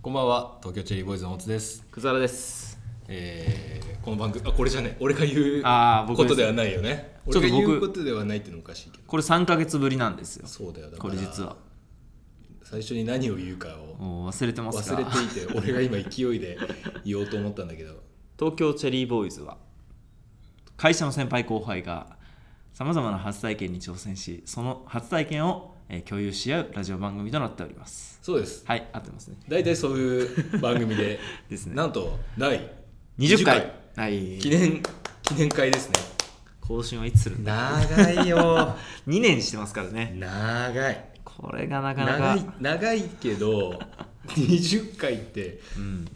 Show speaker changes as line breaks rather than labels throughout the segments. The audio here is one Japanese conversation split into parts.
こんばんは東京チェリーボーイズの大津です、
くざらです
えー、この番組あこれじゃない俺が言う
あー僕
こ
です
とではないよね
ちょ
俺
っと
が
僕
言うことではないっていうのおかしいけど
これ3か月ぶりなんですよ
そうだよだか
こ
ら
れ実は
最初に何を言うかを
もう忘れてます
忘
か
れて いて俺が今勢いで言おうと思ったんだけど
東京チェリーボーイズは会社の先輩後輩がさまざまな初体験に挑戦しその初体験をえー共有し合うラジオ番組となっております
そうです
はい合ってますね
大体そういう番組で
ですね
なんと第
20回はい
記念記念会ですね
更新はいつするんだ
長いよ
2年してますからね
長い
これがなかな
長
か
い長いけ ど20回って
うん、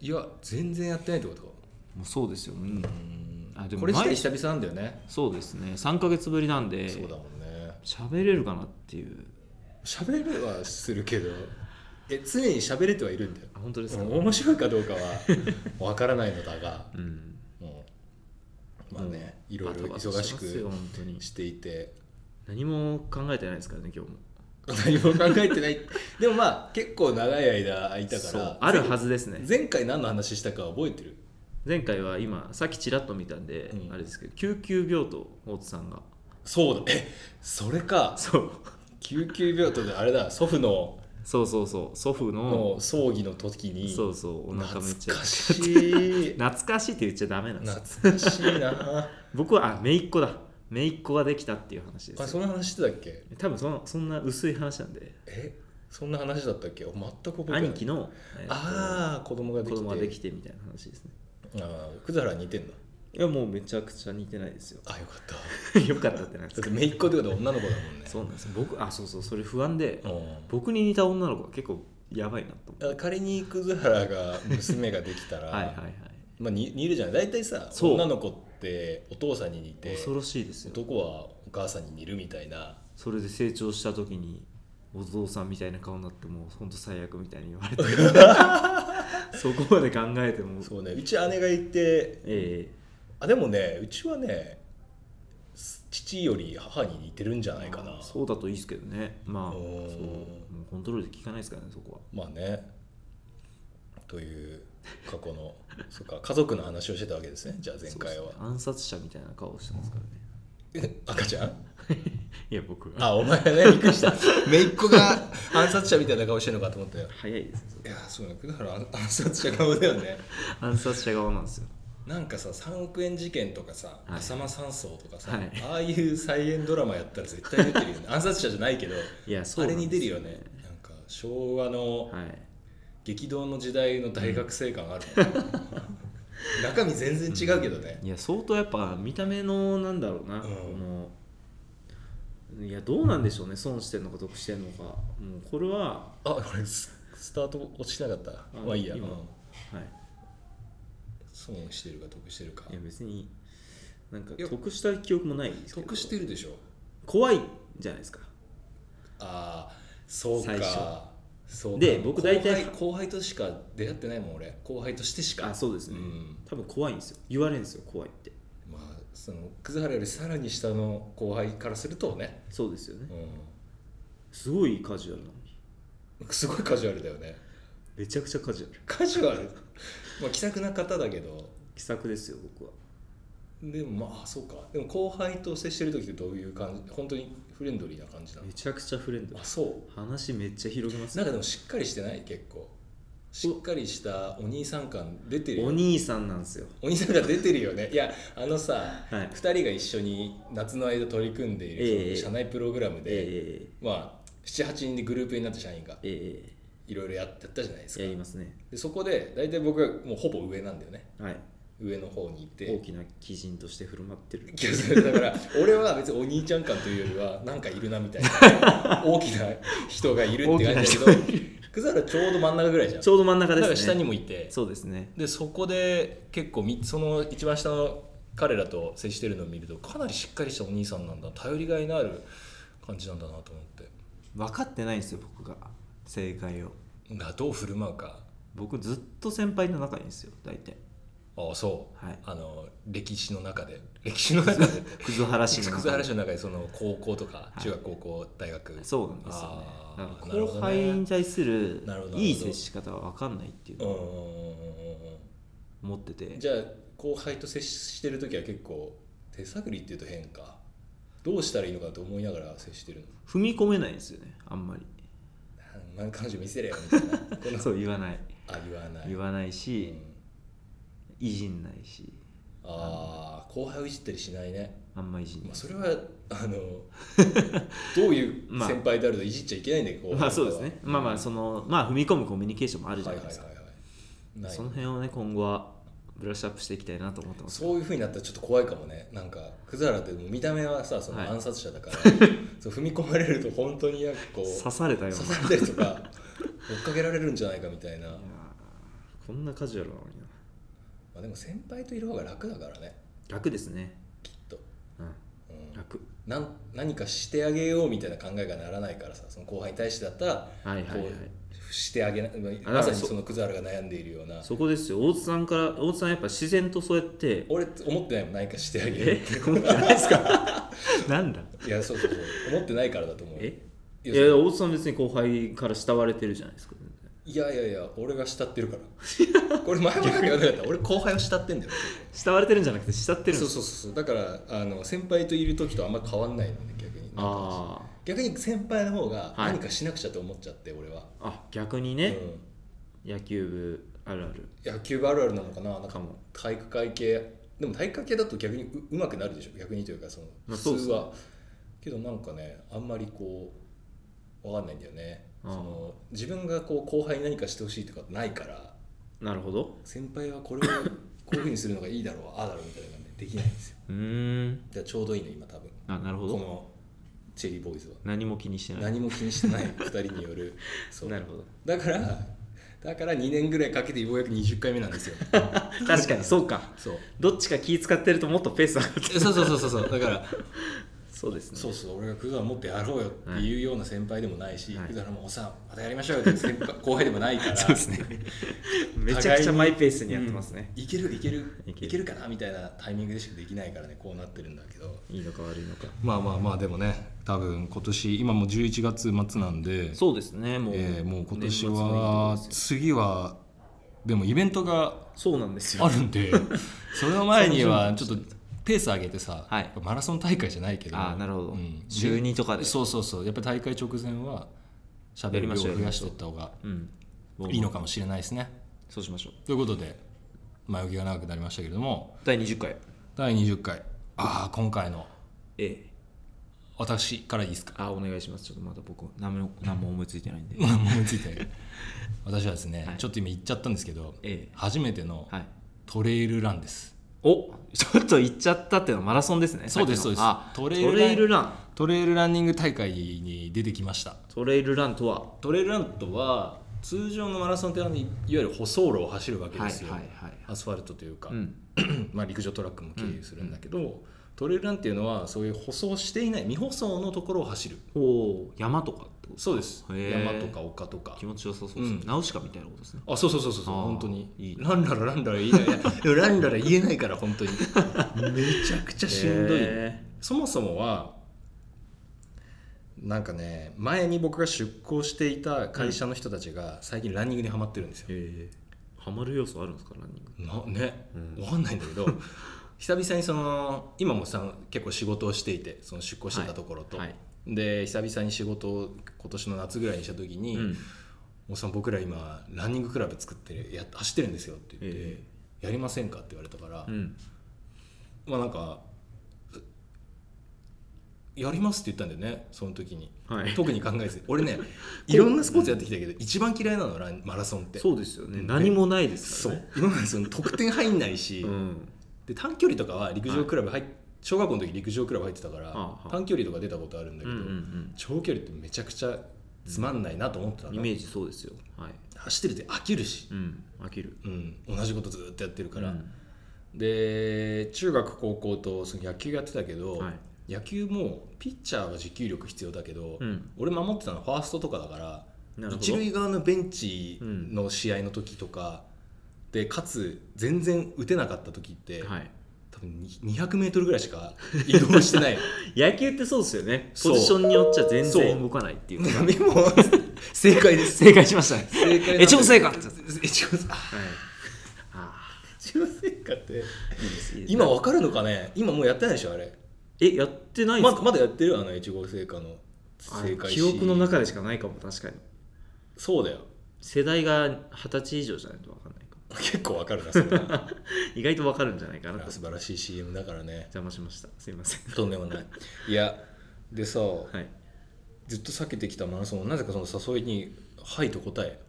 いや全然やってないってこと
もうそうですよ、うん、あでも
これ自体
前
久々なんだよね、
そうですね3か月ぶりなんで
そうだもんね
喋れるかなっていう
喋れはするけどえ常に喋れてはいるんだよ
あ本当ですか、
面白いかど うかはわからないのだが、
うん
もうまあね、いろいろ忙し
バタバタてますよ
く
本当に
していて
何も考えてないですからね今日も
何も考えてないでもまあ結構長い間空いたか
そう
ら
あるはずですね
前回何の話したか覚えてる
前回は今さっきちらっと見たんで、
うん
あれですけど救急病棟大津さんが
そうだえそれか
そう
救急病棟であれだ祖父の
そうそうそう祖父の
の葬儀の時に
そうそうお腹めっちゃ
懐かし い
懐かしいって言っちゃダメなんですよ
懐かしいな
僕はあ姪っ子だ姪っ子ができたっていう話で
あ
す
そ
よ
の話してたっけ
多分そのそんな薄い話なんで
えそんな話だったっけ全く覚えてない
兄貴の、えっと
ああ子供がで
子
きて
供ができてみたいな話ですね
ああくだら似てんの
いやもうめちゃくちゃ似てないですよ
あよかっただ
よかったってなんです
っ
か
て姪っ子ってことは女の子だもんね
そうなんですよ僕あそうそうそれ不安で、
うん
僕に似た女の子が結構やばいなと思って
だから仮に葛原が娘ができたら
はいはいはい
まあ、に似るじゃない大体さ
そう
女の子ってお父さんに似て
恐ろしいですよ
男はお母さんに似るみたいな
それで成長した時にお父さんみたいな顔になってもうほんと最悪みたいに言わ れてそこまで考えても
そうねうち姉がいて
え
あでもねうちはね父より母に似てるんじゃ
え
ないかな
そうだといいですけどねまあそうう
ーん
もうコントロールできかないですからねそこは
まあねという過去の そっか家族の話をしてたわけですねじゃあ前回
そう
は
ですね、暗殺者みたいな顔してますからね
赤ちゃん
いや僕は
あお前ねびっくりした姪っ子が暗殺者みたいな顔してるのかと思ったよ
早いですね
いやそうだだから暗暗殺者顔だよね
暗殺者側なんですよ
なんかさ3億円事件とかさ
はい
浅間山荘とかさ、
はい
ああいう再現ドラマやったら絶対出て るよね暗殺者じゃないけど
いやそ
あ
うな
れ
んです
に出るよねなんか昭和の
はい
激動の時代の大学生感あるもんね、 中身全然違うけどね、
いや相当やっぱ見た目のなんだろうな、
うん
このいやどうなんでしょうね損してんのか得してんのかもうこれは、
あ俺ススタート落ちてなかったまあいいや、
今
うん
はい、
損してるか得してるか
いや別になんか
いや
得した記憶もないですけど
得してるでしょ
怖いじゃないですか
ああそう
最初
かそうか
で僕大体
後輩後輩としか出会ってないもん俺後輩としてしか
あそうですね、
うん
多分怖いんですよ言われるんですよ怖いって
まあその葛原よりさらに下の後輩からするとね、
そうですよね
う
すごいカジュアルなのに
ん、すごいカジュアルだよね
めちゃくちゃカジュアル
カジュアル まあ気さくな方だけど
気さくですよ僕は
でもまあそうかでも後輩と接してる時ってどういう感じ本当にフレンドリーな感じなの
めちゃくちゃフレンドリ
あ
ー
そ
話めっちゃ広げます
うなんかでもしっかりしてない結構しっかりしたお兄さん感出てる
お
よ
兄さんなんですよ
お兄さん感出てるよねいやあのさ、
はい
2人が一緒に夏の間取り組んでいる、
ええ
その社内プログラムで、
え
まあ78人でグループになった社員が
ええええ
いろいろやってったじゃないです
え
か
やりますね
でそこで大体僕がもうほぼ上なんだよね
はい
上の方にい
大
て
きな基人として振る舞ってる
気がするだから俺は別にお兄ちゃん感というよりはなんかいるなみたい な大きな人がいるって感じだ
大き
けどくざら ちょうど真ん中ぐらいじゃん
ちょうど真ん中
だ
ですね
から下にもいて
そうですね
でそこで結構みその一番下の彼らと接してるのを見るとかなりしっかりしたお兄さんなんだ頼りがいのある感じなんだなと思って
分かってないんですよ僕が正解を
だからどう振る舞うか
僕ずっと先輩の中にいるんですよ大体
ああそう、
はい
あの歴史の中で歴史の中でって
葛原市の
葛原市の中でその高校とか中学高校大学
そうなんですよね
あ
だ
ー
か
な
ら
る
後
ほど
輩
ね
に対する
なるほど
いい接し方は分かんないっていう
う
の
んう
を
んうんうんうん
思ってて
じゃあ後輩と接してる時は結構手探りっていうと変かどうしたらいいのかと思いながら接してるの
踏み込めないんですよねあんまり
なんか彼女見せれよみた いなこんな
そう言わない
あ言わない
言わないうし
ん
いじんないし
ああ後輩をいじったりしないね、
あんまいじん
ま
な
あ、
い
それは あのどういう
まあ
先輩であるといじっちゃいけないんだけど、後輩
まあそうですねまあまあそのまあ踏み込むコミュニケーションもあ
は
る
い
じゃ
はい
ない
はい
ですか
はいない
その辺をね今後はブラッシュアップしていきたいなと思ってます
そういう風になったらちょっと怖いかもねなんか葛原ってもう見た目はさその
はい
暗殺者 だから、そう踏み込まれると本当になんかこう
刺されたよう
刺
ない
されたりとか追っかけられるんじゃないかみたいな、ま
やーこんなカジュアルなのにな
あ、でも先輩といる方が楽だからね
楽ですね
きっと、
うん
うん、
楽
なん何かしてあげようみたいな考えがならないからさその後輩に対してだったら
はいはいは
こ
いう
してあげな
あ
まさにその葛原が悩んでいるような
そこですよ大津さんから大津さんやっぱ自然とそうやって
俺思ってないもん何かしてあげる
え思ってないですか なんだ
いやそうそうそう思ってないからだと思う
えい
いや
や大津さん別に後輩から慕われてるじゃないですか全然
いやいやいや俺が慕ってるから これ前もなんか言わなかった俺後輩を慕ってんだよ
慕われてるんじゃなくて慕ってるん
そ
で
う
す
そうそうそうだからあの先輩といる時とあんま変わんないのね逆に
あ
逆に先輩の方が
はい
何かしなくちゃと思っちゃって、俺
ー
は、
あ逆にね、野球部あるある
うん、野球部あるあるなのかななん
か
か
も
体育会系でも体育会系だと逆にううまくなるでしょ逆にというかその
まあそう
普
です
通
ね
は、けどなんかねあんまりこうわかんないんだよね
あ
そ
ー
の自分がこう後輩に何かしてほしいとかないから
なるほど
先輩はこれを こういうふうにするのがいいだろうああだろうみたいなのがねできないんですよ
うーん
だからちょうどいいの今多分
あなるほ
こ
ど
のチェリーボーイズは
何も気にしてない
何も気にしてない2人 によるそう
なるほど
だからだから2年ぐらいかけてようやく20回目なんですよ
確かにそうか
そう
どっちか気使ってるともっとペース上がって
えそうそうそうそうそうだから
そうですね
そうそう俺がクザもっとやろうよっていうような先輩でもないし、
はい
クザもおっさんまたやりましょうよっていう先輩後輩でもないから
そうですねめちゃくちゃマイペースにやってますね、
いけるいける
い
い
ける
けるかなみたいなタイミングでしかできないからねこうなってるんだけど
いいのか悪いのか
まあまあまあでもね多分今年今もう11月末なんで
そうですねもう、
えーもう今
年
年
末のいいところ
は
ですよ
次はでもイベントが
そうなんですよ
ある んでそれの前にはちょっとペース上げてさ、
はい
やっぱマラソン大会じゃないけど
あーなるほど
うん、
週二とかで
そうそうそうやっぱ大会直前はしゃべる量を増やしていった方が
うん
いいのかもしれないですね
そうしましょう
ということで前置きが長くなりましたけれども
第20回
第20回ああ今回の
A
私からいいですか
あお願いしますちょっとまだ僕何も何も思いついてないんで
思いつい て私はですね、
はい
ちょっと今言っちゃったんですけど、
ええ
初めての
はい
トレイルランです
おちょっと行っちゃったっていうのはマラソンですね
そうです
さっきの
そうです
あト
ト
レ
レ
イ
イ
ル
ル
ラン
ラン
トレイルラン
トレイルランニング大会に出てきました
とは
トレイルランとは通常のマラソンってあのいわゆる舗装路を走るわけですよ、
はいはいはい
アスファルトというか、
うん
まあ、陸上トラックも経由するんだけど、トレイルランっていうのはそういう舗装していない未舗装のところを走る
おー山とかってこと
そうです
へー
山とか丘とか
気持ちよさそうですね
うん
ナウシカみたいなことですね
あそうそうそうそうそう
あー
本当に
いい
ランララランララ 言いないいやでもランララ言えないから本当にめちゃくちゃしんどい、
へ
そもそもはなんかね前に僕が出向していた会社の人たちが最近ランニングにはまってるんですよ
ーへーハマる要素あるんですかランニング
なね、
うん
わかんないんだけど 久々にその今もさ結構仕事をしていてその出向してたところと、
はいは
で久々に仕事を今年の夏ぐらいにした時に「
うん
もうさん僕ら今ランニングクラブ作ってるや走ってるんですよ」って言って
え
やりませんか?」って言われたから、
うん
まあなんか「やります」って言ったんだよねその時に、
はい
特に考 えず俺ねいろんなスポーツやってきたけど一番嫌いなのランマラソンって
そうですよね
で
何もないです
そ
から
う
ね
今までその得点入んないし、
うん
で短距離とかは陸上クラブ入っ、小学校の時陸上クラブ入ってたから、
ああ
短距離とか出たことあるんだ
うんう
けど、
んうん
長距離ってめちゃくちゃつまんないなと思ってたの、
イメージそうですよはい
走ってるって飽きるし、
うん飽きる
うん、同じことずっとやってるから、
うん
で中学高校とその野球やってたけど、
はい
野球もピッチャーは持久力必要だけど、
うん
俺守ってたのファーストとかだから
なるほど
一塁側のベンチの試合の時とか、でかつ全然打てなかった時って、
はい、
多分2 0 0ルぐらいしか移動してない
野球ってそうですよね
そ
ポ
う
ジションによっちゃ全
そう
然動かないっていうか
でも正解です
正解しましたね
正解なんで
越後製菓はい
越後製あ
あ
越後製菓って
ーいいですいいです
今わかるのかね今もうやってないでしょあれ
えやってないんで
ますだ
か、
まだやってるあの越後製菓の
あ
正解
記憶の中でしかないかも確かに
そうだよ
世代が二十歳以上じゃないと分かんないかも
結構わかるなそれは
意外と分かるんじゃないかなと
素晴ら しい CM だからね
邪魔しましたすいません
とんでもないいやでさ、
はい
ずっと避けてきたマラソンをなぜかその誘いに「はい」と答え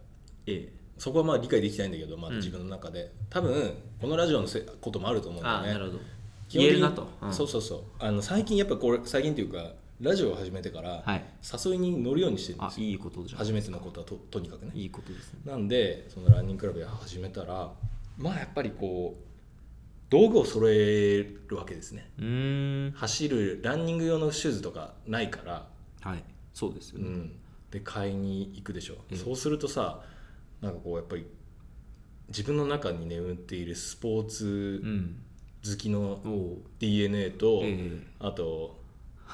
A
そこはまあ理解できてないんだけど、まあ、
うん
自分の中で、多分このラジオのせこともあると思うんだ
あ
よ
あ
ね
なるほど
基本
言え
的に
るなと、ん
そうそうそうあの最近やっぱこれ最近というかラジオを始めてから、
はい
誘いに乗るようにしてるんで
あ
すよ
いいことじゃん
初めてのことはととにかくね
いいことですね
なんでそのランニングクラブ始めたらまあやっぱりこう道具を揃えるわけですね
うーん
走るランニング用のシューズとかないから
はいそうですよ
う
ね、
ん、で買いに行くでしょ、
うん
そうするとさなんかこうやっぱり自分の中に眠っているスポーツ
うん
好きの
おお
DNA と、
ええ
あと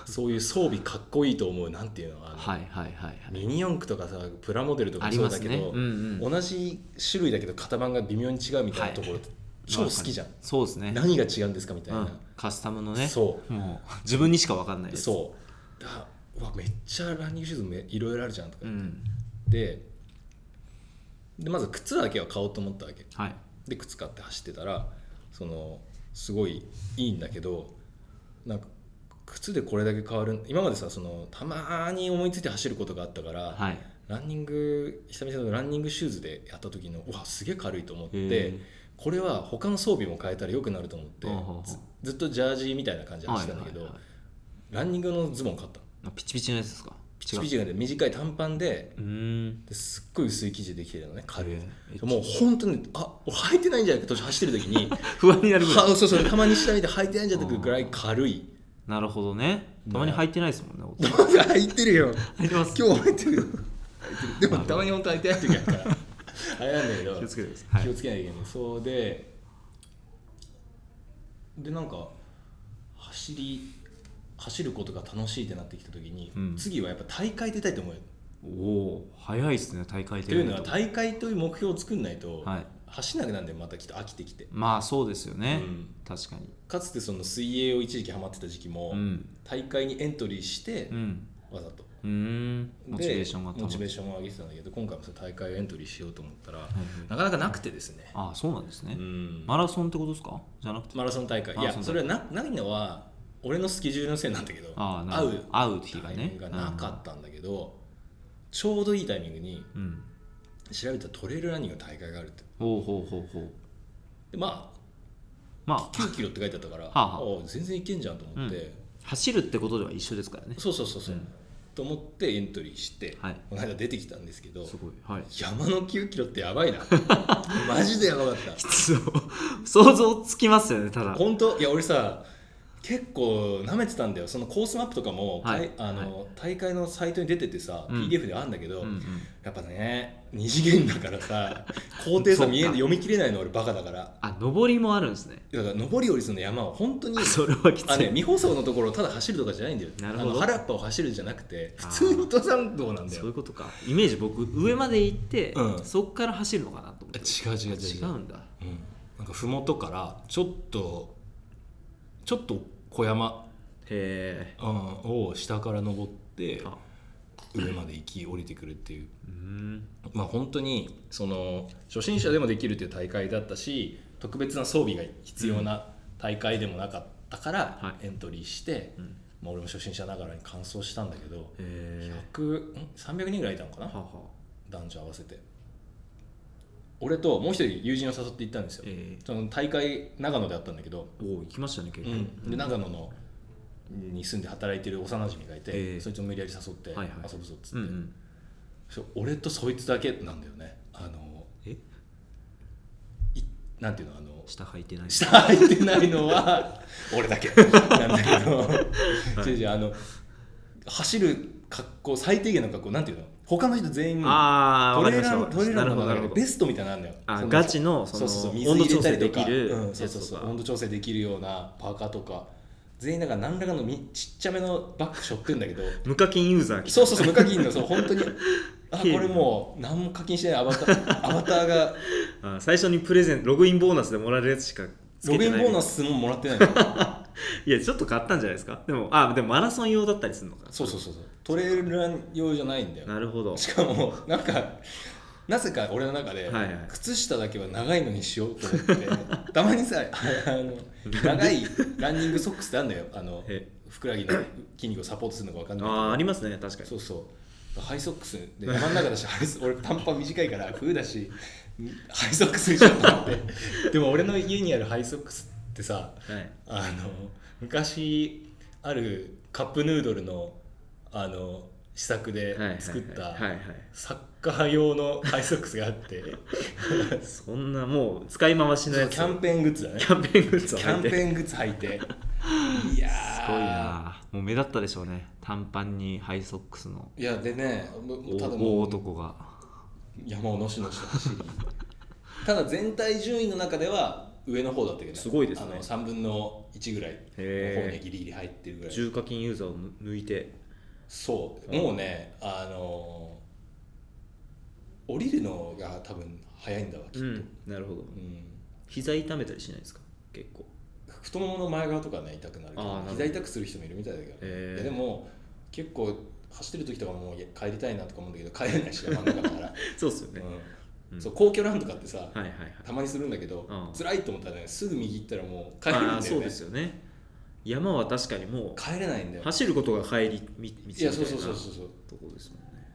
そういう装備かっこいいと思うなんていうのは、
はいはいはいはい
ミニ四駆とかさプラモデルと
あ
かも
り
そう
ま
だ
す
け
ね
ど、
うんうん
同じ種類だけど型番が微妙に違うみたいなところ、超好きじゃん、
そうですね
何が違うんですかみたいな、
うん、カスタムのね
そう
もう自分にしか分かんないやつ
そうだうわめっちゃランニングシューズめいろいろあるじゃんとか、
うん
ででまず靴だけは買おうと思ったわけ
はい
で靴買って走ってたらそのすごいいいんだけどなんか靴でこれだけ変わる今までさそのたまに思いついて走ることがあったから、
はい
ランニング久々のランニングシューズでやった時のうわすげえ軽いと思っ
へ
て
え
これは他の装備も変えたら良くなると思って
あはは
ずずっとジャージみたいな感じで走ってたんだけど、
はいはいはい
ランニングのズボン買ったの
あピチピチのやつですかピ
ピチピチなんで短い短パンで
うーん
ですっごい薄い生地でできてるのね軽いや
へ
つ
え
もう本当にあ俺履いてないんじゃ ないかと走ってる時に
不安になるぐらい
はそうそうたまに下見て履いてないんじゃないかぐらい軽い
なるほどねたまに履いてないですもんね音
履いてる よ
履いてます
今日履いてるよ履い てるでもたまに本当履いてない時あるから あれなんだけど
気をつけてください、
気
はい、
をつけないといけない、そうででなんか走り走ることが楽しいってなってきた時に、
うん
次はやっぱ大会出たいと思うよ
おお早いですね大会
というのは大会という目標を作んないと、
はい
走んなくなるんでまたきっと飽きてきて
まあそうですよね、
うん
確かに
かつてその水泳を一時期ハマってた時期も、
うん
大会にエントリーして、
うん
わざと
うーんモチベーションが
で
高
モチベー
い
ションを上げてたんだけど今回もその大会をエントリーしようと思ったら、
はい
なかなかなくてですね、
ああそうなんですね、
うん
マラソンってことですかじゃなくて
マラソン大会い
マラ
や
ソン大会
それはなないのは俺のスケジュールのせいなんだけど
ああな
会
る
う
ほど会う日が
タイ
ね
ミングがなかったんだけど、ちょうどいいタイミングに
うん
調べたらトレイルランニングの大会があるって
ほうほうほうほう
でま
ま
あ9キロって書いてあったから
あは
あ全然いけんじゃんと思って、
うあ走るってことでは一緒ですからね
そうそうそうそう、
うん
と思ってエントリーして、
はい
この間出てきたんですけど
すごいはい
山の9キロってやばいな マジでやばかった
そう想像つきますよねただ
本当いや俺さ結構なめてたんだよそのコースマップとかも、
はい
かいあの大会のサイトに出ててさ、
うん
PDF であるんだけど、
うんうん
やっぱね二次元だか らさ高低差見えんで読み切れないの俺バカだから
あ上りもあるんですね
だから上り下りするの山を本当に
それはき
あ
つ
ね、
い
未舗装のところをただ走るとかじゃないんだよ
なるほど
あの原っぱを走るじゃなくて
あー
普通に登山道なんだ
そういう
よ
ことかイメージ僕上まで行って、
うん
そっから走るのかなと思って
違う違う違う
違うんだ
うん、なんか麓からちょっとちょっと小山、
へ
うん、を下から登って
えあ
上まで行き降りてくるっていう
うーん
まあ本当にその初心者でもできるっていう大会だったし特別な装備が必要な大会でもなかったから
は
エントリーして、
うん
まあ、俺も初心者ながらに完走したんだけど
へえ
100ん300人ぐらいいたのかな
はあは
男女合わせて俺ともう一人友人を誘って行ったんですよ
え
その大会長野であったんだけど、
ー、おお行きましたね結構、
で長野のに住んで働いてる幼馴染がいて、
ええ
そいつを無理やり誘って遊
はいはい
ぶぞっつって、
うんうん
そう俺とそいつだけなんだよねあの
え
いなんていうのあの
下履いてない
下入ってない のは俺だけなんだけど、違う違うあの走る格好最低限の格好なんていうの他の人全員
ああ、
ト
わかり
レ
ました
ーラ
わ
ー
か
トレ
り
ー
ました。なる
ラー
ほど、
の
なる
中
ほど。
でベストみたいなのあんだよ
あ
その
ガチのそ
そ
の
うそうそう水
温度
入れ
調
た
整
り
で
とか
きる、
うん、そうそうそう温度調整できるようなパーカーとか全員なんか何らかのみちっちゃめのバッグ背負ってんだ けど
無課金ユーザー来た
そうそうそう無課金のそう本当にあこ
警備
れもう何も課金してないアバターアバターが
あ最初にプレゼンログインボーナスでもらえるやつしか つ
ロ
け
グ
て
インボ
ない
ーナスももらってないから
いやちょっと買ったんじゃないですかでもあでもマラソン用だったりするのか
そうそうそうそうトレイルラン用じゃないんだよ
なるほど
しかもなんかなぜか俺の中で、
はいはい
靴下だけは長いのにしようと思ってたまにさあの長いランニングソックスってあるんだよ あの
え
ふくらはぎの筋肉をサポートするのか分か
あ
んない
ーありますね確かに
そうそうハイソックスで山の中だしハ イソ俺短パン短いから冬だしハイソックスにしようと思ってでも俺の家にあるハイソックスってさ
はい
あの昔あるカップヌードルのあの試作で
はいはい
作った
はいはい
サッカー用のハイソックスが あって
そんなもう使い回し
キ
のやつ
ャンペーングッズだね
キャンペーングッズ
キ
を入
ャ
っ
ン
て
ペ
す
ーングッズ履いていやー
ごいなもう目立ったでしょうね短パンにハイソックスの
いやでねもうもうただ
大
もう
男が
山をのしのしと走り ただ全体順位の中では上の方だったけど、
すごいですね
あの3分の1ぐらいの方に
へ
ギリギリ入ってるぐらい
重課金ユーザーを抜いて
そうもうねあのー降りるのが多分早いんだわきっと、
うんなるほど
うん
膝痛めたりしないですか結構
太ももの前側とかね痛くなるけ
あーな
ど
るほど
膝痛くする人もいるみたいだけどね、
へー
いやでも結構走ってる時とかもういや帰りたいなとか思うんだけど帰れないし山の中だから、
そうっすよ ね、う
う、
んん
そう皇居ランとかってさ、
はいはいはい
たまにするんだけど、
うん
辛いと思ったらねすぐ右行ったらもう帰
あ
れるんだよ、
あ
ね、
そうですよね山は確かにもう
帰れないんだよ
走ることが帰り道みたいない
やそうそうそうそう
とこですもんね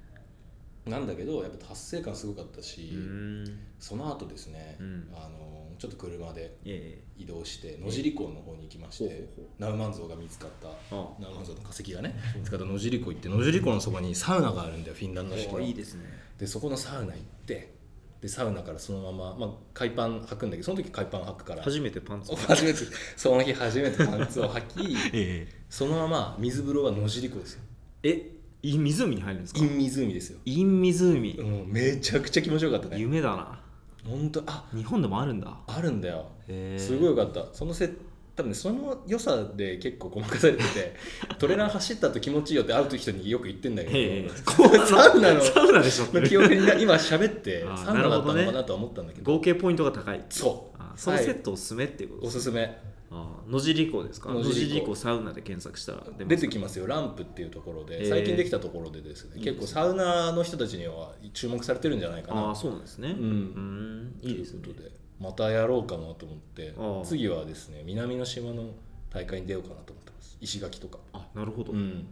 そうなんだけどやっぱ達成感すごかったし、
うーん
その後ですね、
うん
あのちょっと車で
え
移動して野尻港の方に行きまして、
ほうほうほう
ナウマンゾウが見つかった
えあ
ナウマンゾウの化石がね見つかった野尻港行って野尻港のそばにサウナがあるんだよフィンランドの人
あいいですね
でそこのサウナ行ってでサウナからそのまま、まあ、海パン履くんだけどその時海パン履くから
初めてパンツを
初めてその日初めてパンツを履き
え
そのまま水風呂は野尻湖ですよ
ええい湖に入るんですか
陰湖ですよ
イン湖、
もうめちゃくちゃ気持ちよかったね
夢だな
本当あ
日本でもあるんだ
あるんだよ
へえ
すごいよかったそのせ多分ねその良さで結構ごまかされて てトレラン走ったと気持ちいいよって会う人によく言ってんだけ
ええ
ど
こう
サウナ の
サウナでしょ
の記憶にな今喋って
あー
サウナ
な
だった
るほどね
のかなとは思ったんだけど
合計ポイントが高い
そう
あそのセ
は
ットおすすめっていうこ
い
と
お
ですす
すめ
あ野尻湖ですか
野
野
尻湖
尻湖サウナで検索したら出ま
出
す
てきますよランプっていうところ
え
で
え
最近できたところでですね
いいですね
結構サウナの人たちには注目されてるんじゃないか
あ
な
あそうなんですね
ん
んいいですね
ということでまたやろうかなと思って
ああ
次はですね南の島の大会に出ようかなと思ってます石垣とか
あなるほど、
うん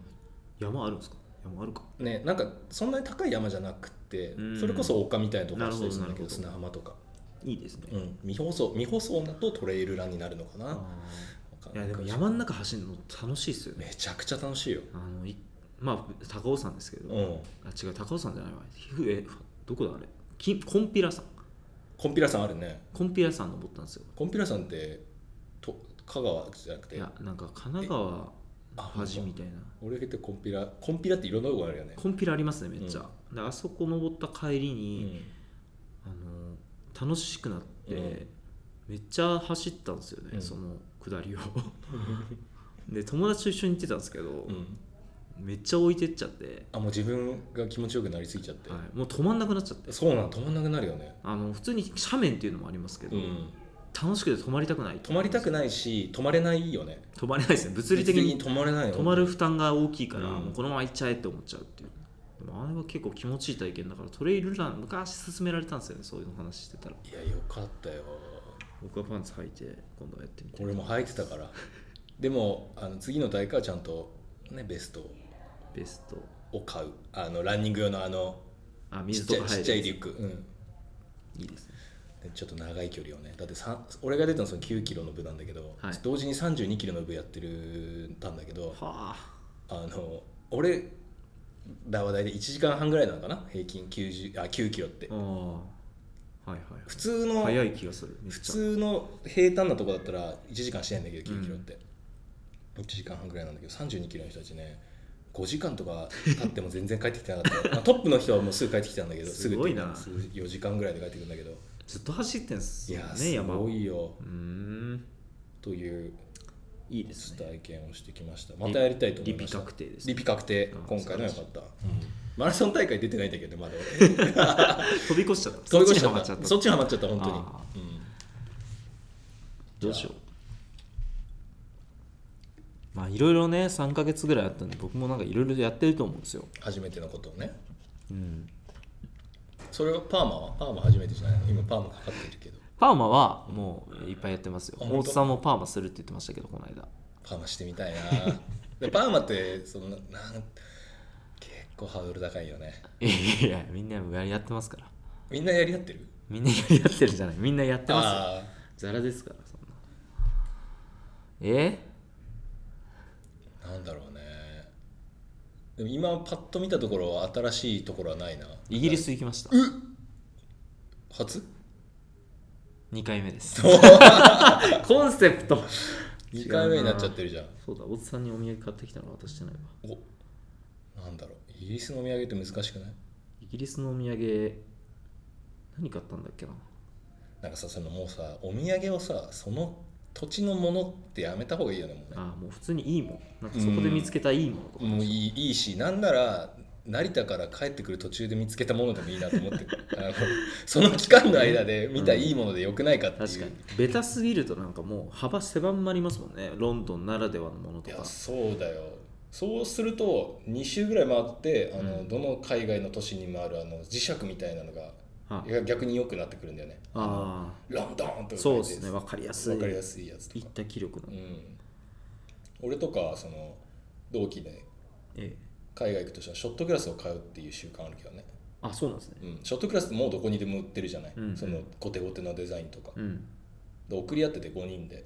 山あるんですか山あるか
ねなんかそんなに高い山じゃなくて、
うん
それこそ丘みたいなところしたりするんだ
なる
け
ほど
ど砂浜とか、
いいですね、
うん、未舗装未舗装だとトレイルランになるのかな
あ
わかん
ーい
な
や
い
でも山の中走るの楽しいですよね
めちゃくちゃ楽しいよ、
あのいまあ高尾山ですけど、
う
あ
ん、
違う高尾山じゃないわふえふどこだあれきコンピラ山
コンピラ山あるね
コンピラ山登ったんですよ
コンピラ山ってと香川じゃなく
い
て
やなんか神奈川端みたいな
俺だけコンピラコンピラっていろんなとこあるよね、
コンピラありますねめっちゃ、
う
であそこ登った帰り
う
に、
ん
あの楽しくなって、
うん
めっちゃ走ったんですよね、
うん
その下りをで友達と一緒に行ってたんですけど、
うん、
めっちゃ置いてっちゃって、
あもう自分が気持ちよくなりすぎちゃって、
はい、もう止まんなくなっちゃって
そうなん止まんなくなるよね、
あの普通に斜面っていうのもありますけど、
うん、
楽しくて止まりたくない
止まりたく
ない
ないし止まれないよね
止まれないですね物理的に
物止まれないよ
止まる負担が大きいから、
うん
もうこのまま行っちゃえって思っちゃうっていうでもあれは結構気持ちいい体験だからトレイルラン昔勧められたんですよねそういうの話してたら
いやよかったよ
僕はパンツ履いて今度はやってみて
俺も履いてたからでもあの次の大会はちゃんと、ね、ベスト
ベスト
を買うあのランニング用のあの
あ
ちっ
水
ち
と
ゃい
か
ち
入
っ
る
ちゃいリュック、うん、
いいですね
でちょっと長い距離をねだってさん俺が出たのその9キロの部なんだけど、
はい
同時に3 2キロの部やってるたんだけど
はあ
あの俺らは大体1時間半ぐらいなのかな平均90あ9キロって
ああはいはい
普通の
早い気がするめっ
普
ちゃ
通の平坦なとこだったら1時間しないんだけど9キロって、1時間半ぐらいなんだけど3 2キロの人たちね5時間とか経っても全然帰ってきてなかった、 まあ、トップの人はもうすぐ帰ってきたんだけどすぐってうか
すごい
4時間ぐらいで帰ってくるんだけど
ずっと走ってんす
い
よ
やー
ね
す
山を
ご
う
いよ
ーん
という
いいですね
体験をしてきましたまたやりたいと思
リ
いま
ピ
した
確定です
リピ確定
あ
今回のよかった、
うん
マラソン大会出てないんだけどねまだ
飛び越しちゃった
俺
そっちにはまっちゃった
そっちにはまっちゃった本当に
あ
うん
どうしようまあいろいろね3ヶ月ぐらいあったんで僕もなんかいろいろやってると思うんですよ、
初めてのことをね
うん、
それはパーマはパーマ初めてじゃないの今パーマかかってるけど
パーマはもういっぱいやってますよ
あ本当
大津さんもパーマするって言ってましたけどこの間
パーマしてみたいな でパーマってそのなん結構ハードル高いよね
い やいやみんなやりやってますから
みんなやり合ってるやっ
みんなやりやってるじゃないみんなやってますよ
あ
ザラですからそんなえ
ーなんだろうねでも今パッと見たところ新しいところはないな
イギリス行きました
初
2回目ですコンセプト
2回目になっちゃってるじゃん
そうだ大津さんにお土産買ってきたのは私じゃないわ
おなんだろうイギリスのお土産って難しくない
イギリスのお土産何買ったんだっけな
なんかさそのもうさお土産をさその土地のものってやめた方がいいよねもうね
ああもう普通にいいもんなんかそこで見つけたいいものとか、
もういいいいしなんなら成田から帰ってくる途中で見つけたものでもいいなと思って あのその期間の間で見たいいものでよくないかっていう、
確かにベタすぎるとなんかもう幅狭まりますもんねロンドンならではのもの
い
と
や
か
そうだよそうすると2週ぐらい回ってあ
う
の、
ん
どの海外の都市にもあるあの磁石みたいなのが
あ
いや逆に良くなってくるんだよね
あ
ロンドンと
ー
か
そうですね分かりやすい
わかりやすいやつと
行
か
っ、た気力の、
うん、俺とかその同期で
ええ
海外行くとしたらショットクラスを通うっていう習慣あるけどね
あそうなんですね
うん、ショットクラスってもうどこにでも売ってるじゃない、
うん
そのゴテゴテのデザインとか、
うん
で送り合ってて5人で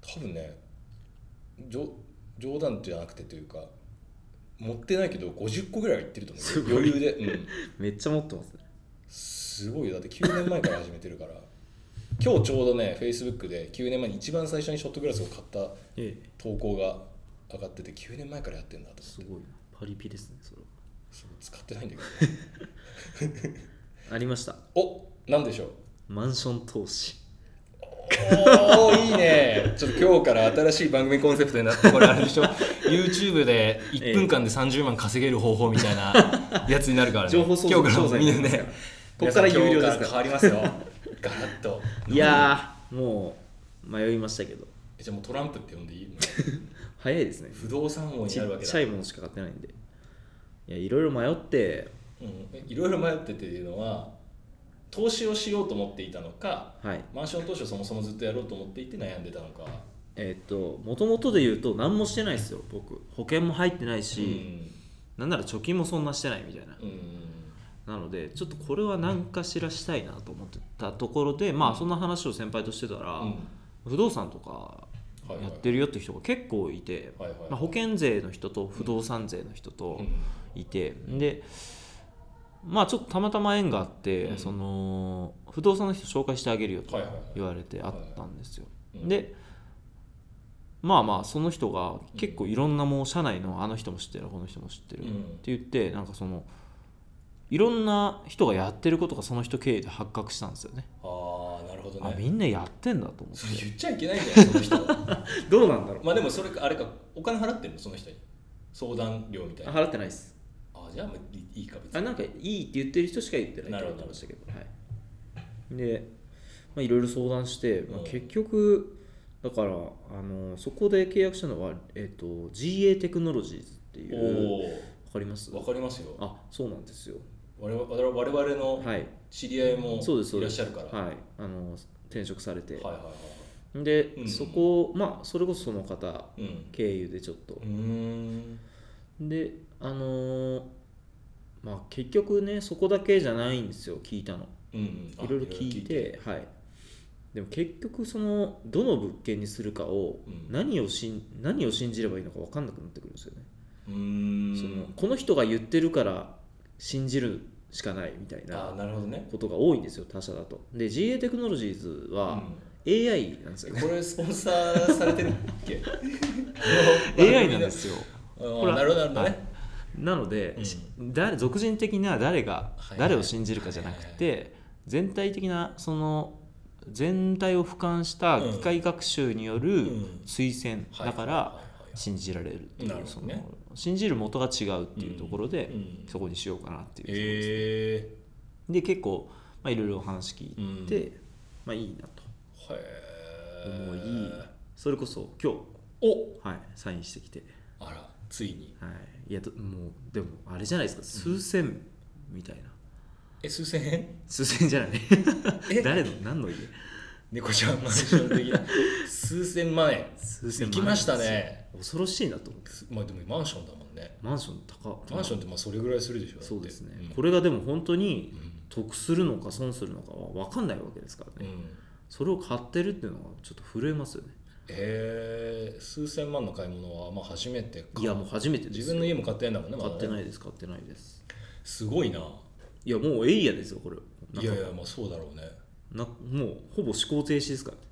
多分ねじょ冗談じゃなくてというか持ってないけど50個ぐらいは行ってると思
す
う
ごい
よ余裕で、うん、
めっちゃ持ってますね
すごいよだって9年前から始めてるから今日ちょうどねフェイスブックで9年前に一番最初にショットグラスを買った
ええ
投稿が上がってて9年前からやってんだと思って
すごいなパリピですねそれは
そう使ってないんだけどね
ありました
おなんでしょう
マンション投資
おおいいねちょっと今日から新しい番組コンセプトになってこれあれでし ょ YouTube で1分間で30万稼げる方法みたいなやつになるからね
情報創造
今日からみんな
商材ですか
ね
らここから
皆さん
有料ですから
今日変わりますよガラッと
いやーもう迷いましたけど
えじゃあもうトランプって呼んでいいもう
早いですね
不動産王に
ち
なるわ
っ
けだ
ちゃいものしか買ってないんでいやいろいろ迷って
うんえいろいろ迷ってっていうのは投資をしようと思っていたのか
はい
マンション投資をそもそもずっとやろうと思っていて悩んでたのか
えーっともともとで言うと何もしてないですよ僕保険も入ってないし、なんなら貯金もそんなしてないみたいな
うんうん
なのでちょっとこれは何かしらしたいなと思ってたところでまあそんな話を先輩としてたら、
うん
不動産とか
はいはい
やってるよって人が結構いて、
はいはいはい
まあ、保険税の人と不動産税の人と、
うん
いてでまあちょっとたまたま縁があって、
うん
その不動産の人紹介してあげるよと
はいはいはい
言われてあったんですよ、
うん
でまあまあその人が結構いろんなもう社内のあの人も知ってるこの人も知ってる、
うん
って言ってなんかそのいろんな人がやってることがその人経営で発覚したんですよね
ああなるほど
あ
ね
みんなやってんだと思っ
それ
て
言っちゃいけないんじゃないその人
どうなんだろ
まあでもそれかあれかお金払ってるのその人に相談料みたいなあ
払ってないです
あじゃあまあいいいいか別
あ
に
なんかいいって言ってる人しか言ってない
な
と
る
思
ほ
ってま
ど
したけど、はい、で、まあ、いろいろ相談して、まあ
うん
結局だからあのそこで契約したのは、えっと GA テクノロジーズっていうわ
お
かります
おわかりますよ
あそうなんですよ
我々我々の
はい
知り合いも
そうですそう
い
で
らっ
す
しゃるからはい
はいあの転職されて、
はいは
で、
うん
そこをまあそれこそその方
いはいうん
経由でちょっと
うーん
であのーまあ結局ねそこだけじゃないんですよ聞いたの
うんうんあ
いろいろ聞いてはいでも結局そのどの物件にするかを
うん
何をしん、何を信じればいいのか分かんなくなってくるんですよね、
うーん
そのこの人が言ってるから信じるしかないみたい
あー
な
なるほどね
ことが多いんですよ他社だとで GA テクノロジーズ
う
は
ん
AI なんですよね、
これスポンサーされてるっけ
AI なんですよ
あう
こ
ん
れは
なるほどなるほど
はい
ね
なので、誰俗人的な誰が、
はいはい
誰を信じるかじゃなくて、全体的なその全体を俯瞰した
うん
機械学習による
ん
推薦、
はい
だから、
は
信じられるっていう
なる
そ
ほど
の
ね
信じる元が違うっていうところ
い
で
はい、うん
そこにしようかなっていうところですね、
え
で結構、まあ、いろいろお話聞いて、まあ、いいなと
ー、へ
思い、
え
それこそ今
お
日、はい、サインしてきて、
あらついに
はい、いやどもうでもあれじゃないですか数千みたいな、
え数千円
数千じゃない
え
誰の何の家
猫ちゃんマンション的 な数千万円
数千万円
行きましたね
恐ろしいなと思って
すまあでもマンションだもんね
マンション高
マンションってまあそれぐらいするでしょ
そうですね、
だってん
これがでも本当に
うん
得するのか損するのかは分かんないわけですからね、
うん
それを買ってるっていうのはちょっと震えますよね
えー、数千万の買い物はまあ初めてか
いやもう初めてです
自分の家も買ってないんだもんね,、まだ
買
ね
ってないです買ってないです
すごいない
やもうエイヤですよこれ
いやいやまあそうだろうね
なもうほぼ思考停止ですからね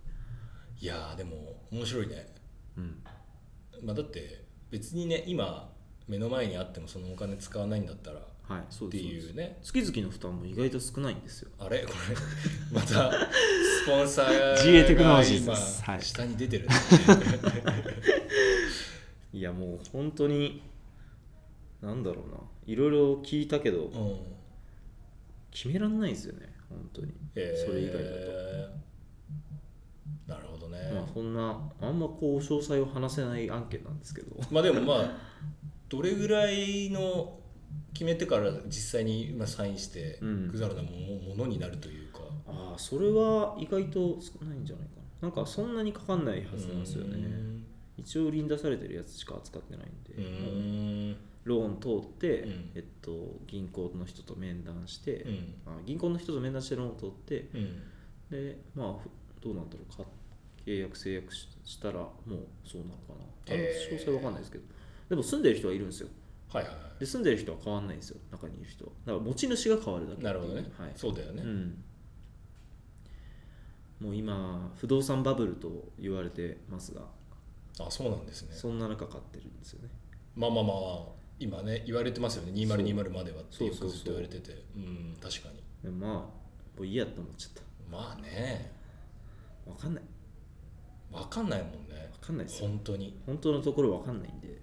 いやーでも面白いね
うん
まあだって別にね今目の前にあってもそのお金使わないんだったらっ
はいそう
て
ですそうです
いうね
月々の負担も意外と少ないんですよ
あれこれ またスポンサー
GA テクノロジーズ
が
ですは
今
い
下に 出てる、
いやもう本当になんだろうないろいろ聞いたけど
うん
決めらんないですよね本当に、
えー
それ以外だと
なるほどね、
まあそんなあんまこう詳細を話せない案件なんですけど
まあでもまあどれぐらいの決めてから実際にまあサインして
うん
くざるなもものになるというか、
ああそれは意外と少ないんじゃないかななんかそんなにかかんないはずなんですよね
うん
一応売りに出されてるやつしか扱ってないんで、
う
もうんローン通って、
うん
えっと、銀行の人と面談して、
うん
あ銀行の人と面談してローン取って
うん
でまあふどうなんだろうか契約制約ししたらもうそうなのかなあの
へー
詳細わかんないですけどでも住んでる人はいるんですよ
はいはいは
で住んでる人は変わんないんですよ中にいる人はだから持ち主が変わるだけって
い
いう
なるほどね、
はい
そうだよね、
うん、もう今不動産バブルと言われてますが
あそうなんですね
そんな中買ってるんですよね
まあまあまあ今ね言われてますよね2020まではって
そ
よ
う
く
そう
ずっと
そう
言われててうん確かに
でもまあもういいやと思っちゃっ
まあね
たわかんない
分かんないもんね
わかんないですよ
本当に
本当のところわかんないんで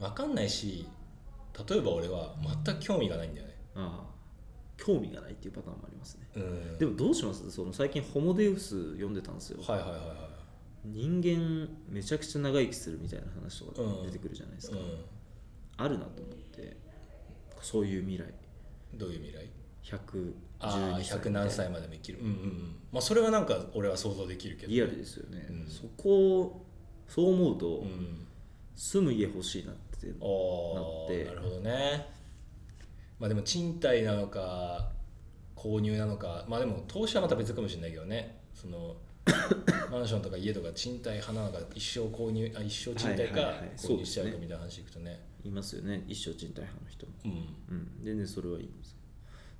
分かんないし例えば俺は全く興味がないんだよね
ああ興味がないっていうパターンもありますね
うん
でもどうしますその最近ホモデウス読んでたんですよ、
はいはいはいは
人間めちゃくちゃ長生きするみたいな話とか
うん
出てくるじゃないです
い、
か、
う
あるなと思ってそういう未来
ん、どういう未来
112
ああ
歳
100何歳までも生きるうんうんうんまあそれはなんか俺は想像できるけど
リアルですよね、
うん
そこをそう思うと、
うん
住む家欲しいなってな
あ
って
あなるほどねまあでも賃貸なのか購入なのかまあでも投資はまた別かもしれないけどね そのマンションとか家とか賃貸派なのか一生購入あ一生賃貸
はい
か
はいはい
購入しちゃう
そうです
か
ね
みたいな話いくとね
いますよね一生賃貸派の人も、
うん
うん、全然それはいいんです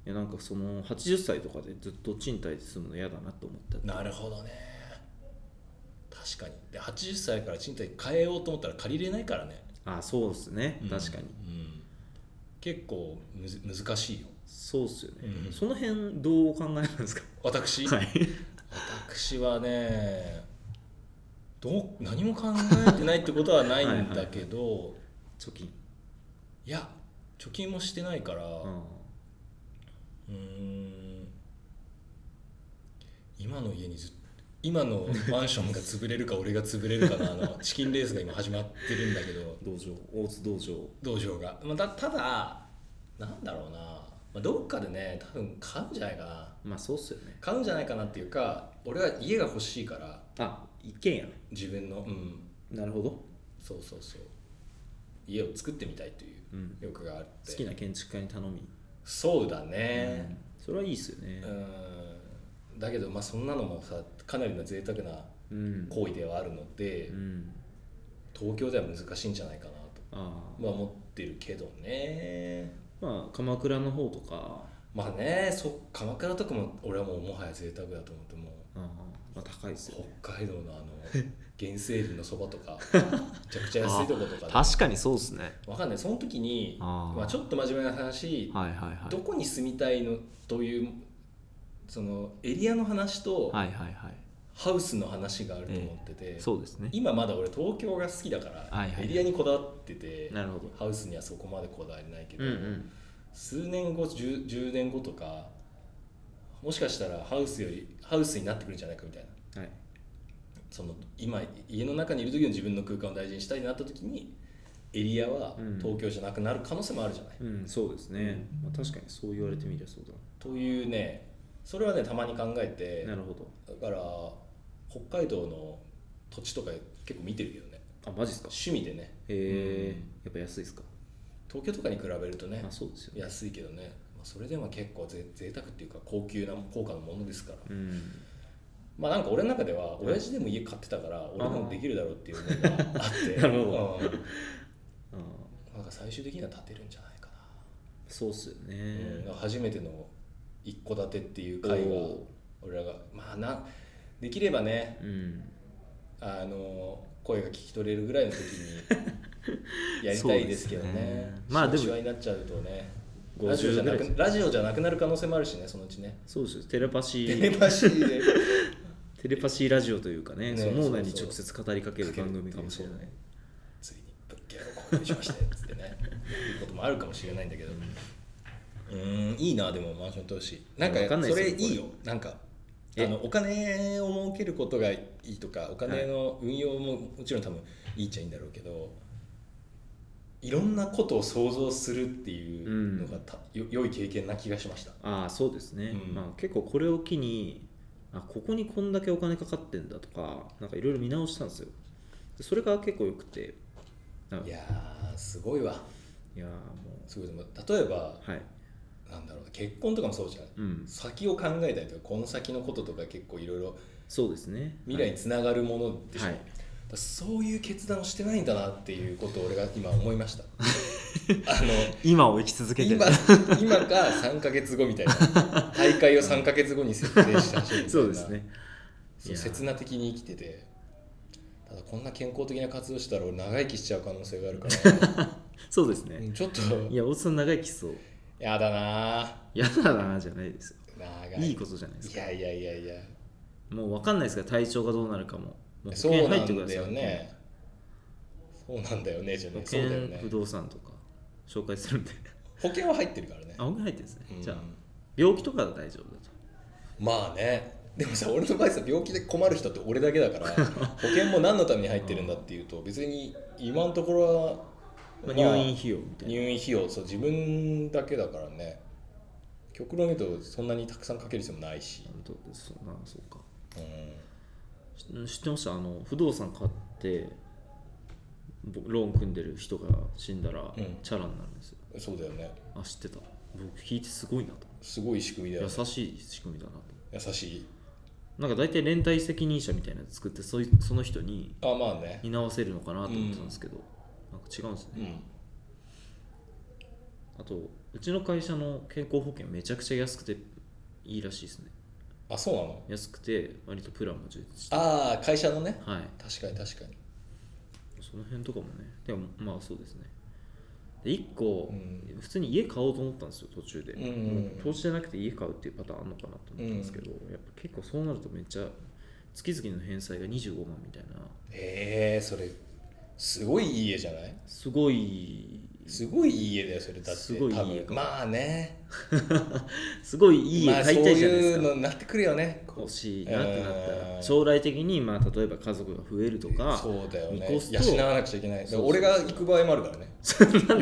いやなんかその80歳とかでずっと賃貸で住むの嫌だなと思った
なるほどね確かにで80歳から賃貸変えようと思ったら借りれないからね、
あそうですね、
うん
確かに
うん結構むず難しいよ
そうっすよね、
うん
その辺どうお考えなん ですか
私、
はい
私はねどう何も考えてないってことはないんだけどい
貯金
や貯金もしてないから
ああ
うーん今の家にずっ今のマンションが潰 れるか俺が潰れるかのあのチキンレースが今始まってるんだけど
道場大津道場
道場が、まあ、だただなんだろうな、まあ、どっかでね多分買うんじゃないかな
まあそうっすよね
買うんじゃないかなっていうか俺は家が欲しいから
あ一軒家ね
自分のうん
なるほど、
そうそうそう家を作ってみたいという
うん、
欲があって
好きな建築家に頼み、
そうだね
うんそれはいいっすよね
うんだけどまあそんなのもさかなりの贅沢な
うん
行為ではあるので、
うん、
東京では難しいんじゃないかなと
ああ
は思ってるけどね
まあ鎌倉の方とか
まあねそ鎌倉とかも俺はもうもはや贅沢だと思っても
う
う
んまあ、高いですよね
北海道 のあの原生林のそばとかめちゃくちゃ安いとことかで
確かにそうですね
わかんないその時に
あー
まあ、ちょっと真面目な話、
はいはいはい
どこに住みたいのというそのエリアの話と
はいはいはい
ハウスの話があると思ってて、
そうですね
今まだ俺東京が好きだから、
はいはい
エリアにこだわってて
なるほど
ハウスにはそこまでこだわりないけ
う
ど、
んうん
数年後 10, 10年後とかもしかしたらハウスよりハウスになってくるんじゃないかみたいな
はい
その今家の中にいる時の自分の空間を大事にしたいなった時にエリアは
うん
東京じゃなくなる可能性もあるじゃない、
うんそうですね、まあ、確かにそう言われてみりゃそうだ
というねそれはねたまに考えて
なるほど
だから北海道の土地とか結構見てるけどね
あマジっすか
趣味でね
へえ
うん
やっぱ安いっすか
東京とかに比べるとね
あそうですよね
安いけどねまあそれでも結構ぜ贅沢っていうか高級な高価なものですから
うん
まあなんか俺の中では親父でも家買ってたから俺でもできるだろうっていう思いがあって
なるほど
うん
あー
なんか最終的には建てるんじゃないか
そうっすよ
な、
ね
うん、初めての一戸建てっていう会は
お
俺らがまあなできればね
うん
あの声が聞き取れるぐらいの時にやりたいですけど ね
そうですねまあでも
シワシワになっちゃうとね
50
ラジオじゃな
ぐらい
くラジオじゃなくなる可能性もあるしねそのうちね
そうですよテレパシ
テレ
ー
パシーで
テレパシーラジオというかね
ね
その脳内に
そうそう
直接語りかける番組かもしれない
ついに物件を購入しましたっつって ねいうこともあるかもしれないんだけどうーんいいなでもマンション投資なんか
わかんない
そ
ですよ
れいいよなんかあ
え
のお金を儲けることがいいとかお金の運用ももちろん多分いいっちゃいいんだろうけどいろんなことを想像するっていうのがた、よ良い経験な気がしました
ああそうですね、
うん
まあ、結構これを機にあここにこんだけお金かかってんだとかなんかいろいろ見直したんですよでそれが結構よくてなんか
い
いや
やーすごいわ
ーも
すごいでも例えば
うはい
なんだろうな結婚とかもそうじゃない
うん
先を考えたりとかこの先のこととか結構いろいろ
そうですね
未来に
はい
つながるものでしょ、
はい
だからそういう決断をしてないんだなっていうことを俺が今思いまし たあの
今を生き続けてる
今今か3ヶ月後みたいな 大会を3ヶ月後に設定してほしいみたいな
そうですね
そう
いや
刹那的に生きててただこんな健康的な活動してたら俺長生きしちゃう可能性があるから
そうです
う
ね
んちょっと
いや大津さん長生きしそう
やだな
嫌だなじゃないですよ
長
いいことじゃないです
い
か
やいやいやいや
もう分かんないですから体調がどうなるかももう保
そう
険
な
入ってく
ん
だ
だ
さい
よねそうなんだよねじゃ
保
ねそうだよ
険
ね
不動産とか紹介するん で
保険は入ってるからね
あ保険入ってるんですね、
うん
じゃあ病気とかは大丈夫だと
まあねでもさ俺の場合さ病気で困る人って俺だけだから 保険も何のために入ってるんだっていうと別に今のところは、
まあ、
まあ
入院費用みたいな、
入院費用そう自分だけだからね極論言うとそんなにたくさんかける必要もないし、
あどうそうなそうか
うん、
し知ってましたあの不動産買ってぼローン組んでる人が死んだら、
ん
チャラになるんですよ
そうだよね
あ知ってた僕聞いてすごいなと
すごい仕組みだよ
優
ね
しい仕組みだなと
優しい
なんか大体連帯責任者みたいなの作ってそいその人に
あまあね
担わせるのかなと思ってたんですけど、なんか違うんですね
うん
あとうちの会社の健康保険めちゃくちゃ安くていいらしいですね
あそうなの
安くて割とプランも充実して
ああ会社のね
はい
確かに確かに
その辺とかもねでもまあそうですねで1個、
うん
普通に家買おうと思ったんですよ途中で、
うんうんうん
もう投資じゃなくて家買うっていうパターンあるのかなと思ったんですけど、やっぱ結構そうなるとめっちゃ月々の返済が25万みたいな
へえそれすごいいい家じゃない
すごい
すごいいい家だよそれだって
すごいいい家
多分まあね
すごいいい家
まあ、
買いたいじゃないで
そ
す
う
か
いうのになってくるよね
欲しいなってなった
う
ら
ん
将来的にまあ例えば家族が増えるとか
そうだよ
見
ね
越すと
養わなくちゃいけないだから
そうそ
俺
う
が行く場合もあるからね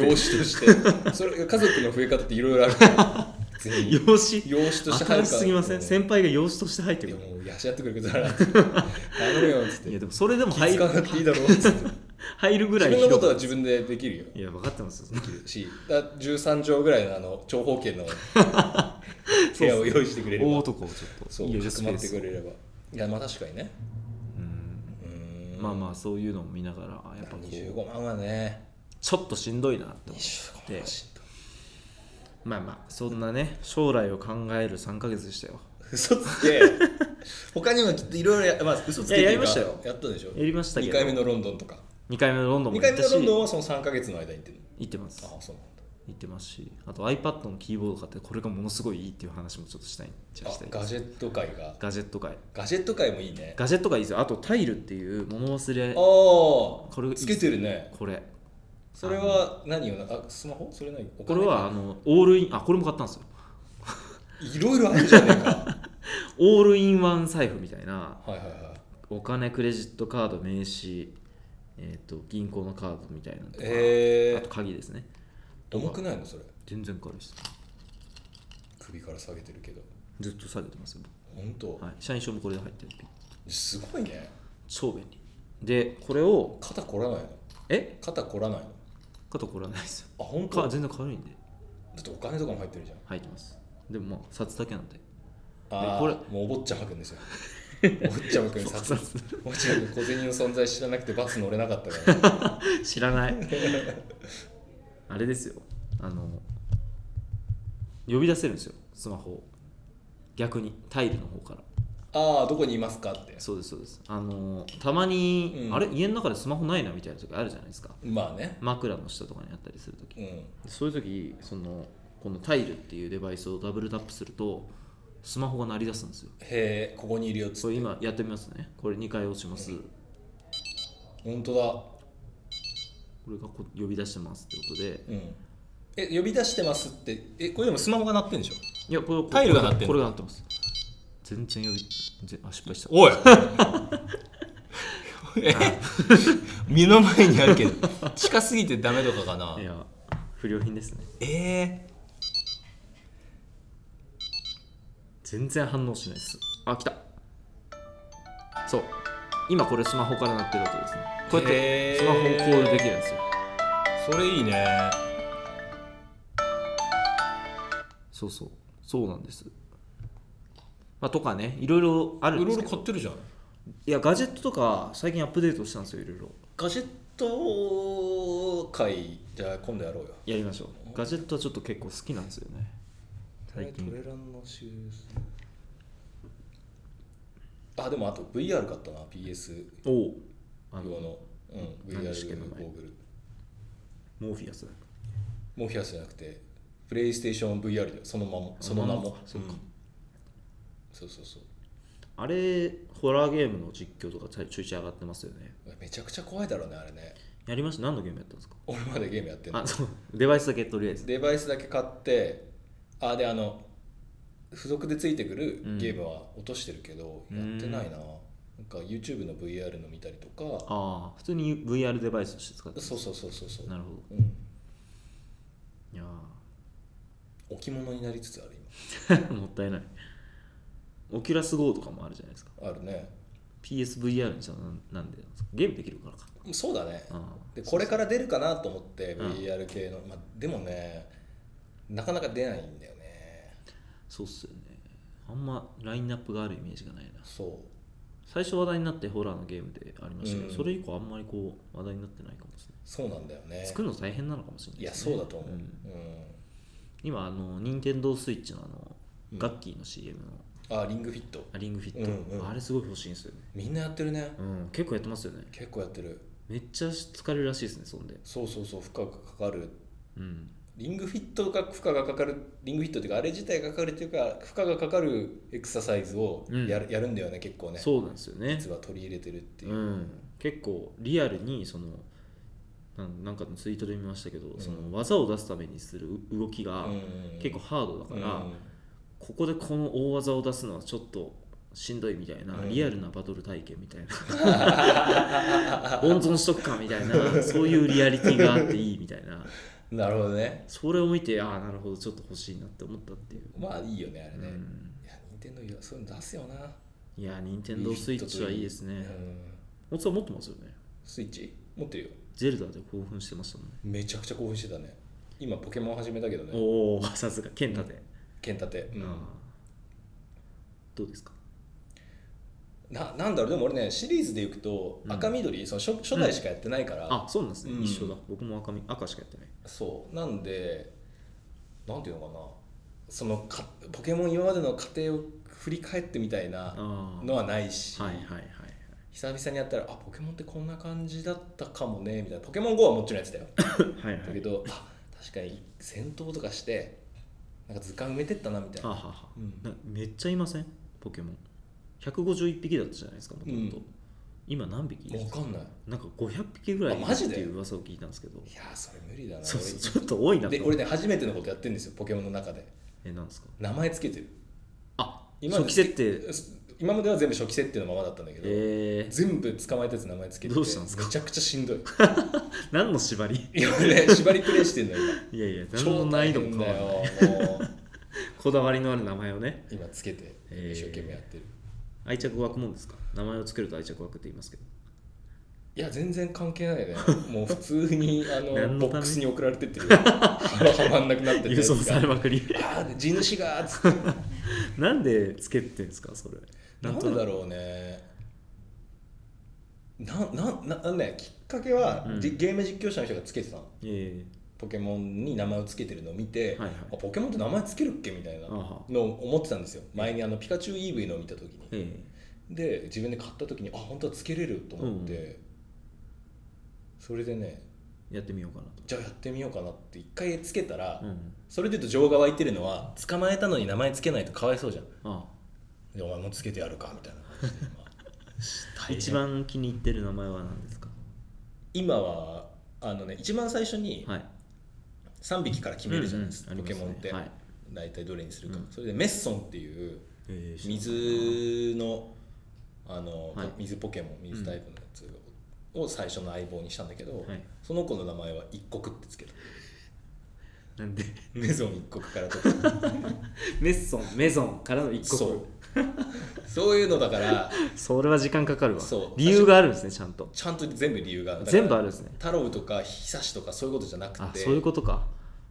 養子としてそれ家族の増え方っていろいろあるから全員
養子
養子とし
新
て入る
し
から
すぎません先輩が養子として入って
い
く
や
る
もう養ってくれることだなって頼むよっつって
いやでもそれでも入
気
る
使わなくていいだろうっつって
入るぐら
自
い
分のことは
広
自分でできるよ
いいや分かってますよ
できるしだから13畳ぐらいのあの長方形の部屋を用意してくれれば
大男をちょっと
そう
いいよじゃあ
か
ス
く
ペ
ま
ー
って
ス
くれればいやまあ確かにね
うん
うーん
まあまあそういうのを見ながらやっぱこう
25万はね
ちょっとしんどいなって思
25
で
万しんどい
まあまあそんなね将来を考える3ヶ月でしたよ
嘘つ け他にもきっといろいろや、まあ、嘘つけって
いやや
いう
りま
か
したよ
やったでしょ
やりましたけ
2
ど
回目のロンドンとか
2回目のロンドン
2
も行
回
っ
目
た
の
し
ロンドンはその3か月の間に行ってる
行ってます
ああそうなんだ
行ってますしあと iPad のキーボード買ってこれがものすごいいいっていう話もちょっとしたいじゃあした
あ
い
ガジェット界が
ガジェット界
ガジェット界もいいね
ガジェット界いいですよあとタイルっていう物忘れ
ああ
これ
つけてるね
これ
それは何よなあスマホそれ何お
こ
金
れはあのオールインあこれも買ったんですよ
いろいろあるじゃねえか
オールインワン財布みたいな
はいはいはい
お金クレジットカード名刺えっ、と銀行のカードみたいなのとか、
え
あと
ー、
鍵ですね
重くないのそれ
全然軽いです
首から下げてるけど
ずっと下げてますよ僕
本当、
はい社員証もこれで入ってる
すごいね
超便利でこれを
肩こらないの
え
肩こらないの
肩これはないですよ
あ本当
か
だ
全然軽いんで
ってお金とかも入ってるじゃん
入ってますでもまあ札だけなんで
ああ
これ
もうお坊ちゃまくん ですよお坊ちゃまくんさお坊ちゃまくん小銭の存在知らなくてバス乗れなかった から
知らないあれですよあの呼び出せるんですよスマホを逆にタイルの方から
ああどこにいますかって
そうですそうですあのたまに、
うん
あれ家の中でスマホないなみたいな時あるじゃないですか
まあね
枕の下とかにあったりする時
うん
そういう時そのこのタイルっていうデバイスをダブルタップするとスマホが鳴り出すんですよ
へえここにいるよっつ
そ
っ
れ
て
今やってみますねこれ2回押します、
本当だ
これがこ呼び出してますってことで
うんえ呼び出してますってえこれでもスマホが鳴ってんでしょ
いやこれこれ
タイルが鳴ってんの
これが鳴ってます全然呼びぜあ失敗した
おい え目の前にあるけど近すぎてダメとかかない
や不良品ですね
え
全然反応しないですあ来たそう今これスマホから鳴ってるわけですねこうやっ
へ
て
ー
スマホをコールできるんですよ
ー、それいいね
そうそうそうなんですまあとかねいろいろある
い
んで
ろい
す
ろ
けど
買ってるじゃん
いやガジェットとか最近アップデートしたんですよいろいろ
ガジェット会じゃあ今度やろうよ
やりましょうガジェットはちょっと結構好きなんですよね最近
トレランのシューズあでもあと VR 買ったな PS
おお
用
あの
の、うん、
何でしたっけ
VR
名
ゴ
前
ーグル
モーフィアス
モヒアスじゃなくてプレイステーション VR だよそのままその名も
そっか
うんそうそうそう
あれホラーゲームの実況とかちょいちょい上がってますよね
めちゃくちゃ怖いだろうねあれね
やりました何のゲームやったんですか
俺までゲームやってんの
あそう デバイスだけとりあえず
デバイスだけ買ってあであの付属でついてくる
うん
ゲームは落としてるけど、やってないななんか YouTube の VR の見たりとか
ああ普通に VR デバイスとして使って
そうそうそうそうそう
なるほど
うん
いや
置物になりつつある
ー もったいないオキュラス GO とかもあるじゃないですか
今あるね
PSVR にしたのなんなんでなんですかゲームできるからか
そうだね
あ
でこれから出るかなと思って
うん
VR 系の、まあ、でもねなかなか出ないんだよね
そうっすよねあんまラインナップがあるイメージがないな
そう
最初話題になってホラーのゲームでありましたけど、
うん
それ以降あんまりこう話題になってないかもしれない
そうなんだよね
作るの大変なのかもしれない
いや
ですね
そうだと思う、うん
ん今あの任天堂スイッチのあの、ガッキーの CM の
あリングフィット
あリングフィット、
うんうん
あれすごい欲しいんですよね、
みんなやってるね
うん、結構やってますよね
結構やってる
めっちゃ疲れるらしいですねそんで
そうそうそう負荷がかかる
うん
リングフィットが負荷がかかるリングフィットっていうかあれ自体がかかるっていうか負荷がかかるエクササイズを
うん
やる,、やるんだよね結構ね
そうなんですよね
実は取り入れてるっていうう、
ん、結構リアルにそのなんなんかのツイートで見ましたけど、
ん
その技を出すためにするう動き
う
が
ん
結構ハードだから、
うん
ここでこの大技を出すのはちょっとしんどいみたいな、
うん
リアルなバトル体験みたいな 温存しとくかみたい なそういうリアリティがあっていいみたいな
なるほどね
それを見てああなるほどちょっと欲しいなって思ったっていう、
まあいいよねあれ
う
ね、
ん、
いや任天堂いやそういうの出すよない
や任天堂スイッチはいいです
う
ね
ん
おつさん持ってますよね
スイッチ持ってるよ
ゼルダで興奮してましたもんね
めちゃくちゃ興奮してたね今ポケモン始めたけどね
おおさすが剣立て、
剣立て、うん
あーどうですか
ななんだろうでも俺ねシリーズでいくと
うん
赤緑、その初初代しかやってないから、
あそうなんですね、
うん
一緒だ僕も赤み赤しかやってない
そうなんでなんていうのかなそのかポケモン今までの過程を振り返ってみたいな
あー
のはないし、
はいはいはいはい
久々にやったらあポケモンってこんな感じだったかもねみたいなポケモン GO はもちろんやってたよ
はいはい
だけどあ確かに戦闘とかしてなんか図鑑埋めてったなみたい
はあ
な
はあはあ
うん
なめっちゃいませんポケモン151匹だったじゃないですかもともと
うん
今何匹
分かんない
なんか500匹ぐらいいる
あマ
って
ジで
いう噂を聞いたんですけど
いやーそれ無理だな
そうそうちょっと多いなと
俺で
思っ
俺
て
ね初めてのことやってるんですよポケモンの中で
えなんですか
名前つけてる
あ
今ま
初
で
期設定
今までは全部初期設定のままだったんだけど、
えー、
全部捕まえたやつ名前つけてて
どうしたんですか
めちゃくちゃ しんどい
何の縛り
今ね縛りプレイしてんの今
いやいや 何の難易度も変わら
超
ない
大変だよもう
こだわりのある名前をね
今つけて
えー
一生懸命やってる、
愛着湧くもんですか名前をつけると愛着湧くって言い ますけど
いや全然関係ない ねもう普通にあ
何
の
のため
ボックスに送られてってるはまんなくなってて
郵送されまくり
ああ地主がーっつって
なんでつけてんですかそれ
なん
と
で
なく
だろうねななななんだよきっかけは、
うん
じゲーム実況者の人がつけてたの
え
ポケモンに名前をつけてるのを見て、
はいはい
あポケモンって名前つけるっけみたいな
あは
のを思ってたんですよ前にあのピカチュウ EV のを見た時に
ええ
で自分で買った時にあ本当はつけれると思って、
う
それでね
えやってみようかなと
じゃあやってみようかなって一回つけたら、
うん
それで言うと情が湧いてるのは捕まえたのに名前つけないとかわいそうじゃん
あ
でお前もつけてやるかみ たいな感じで今大
あ
変
一番気に入ってる名前は何ですか
今はあのね一番最初に
はい
3匹から決めるじゃないですか、
うんうん
ポケモンって、
ありますね
大体どれにするか、
うん
それでメッソンっていう
ええ
水のあの、
はい
水ポケモン水タイプのやつを最初の相棒にしたんだけど、
はい
その子の名前は一国っ てつけた
なんで
メゾン一国からとか
メッソンメゾンからの一個
そうそういうのだから
それは時間かかるわ
そう
理由があるんですねちゃんと
ちゃんと全部理由があるだから
全部あるんですね
タロウとかヒサシとかそういうことじゃなくて
あそういうことか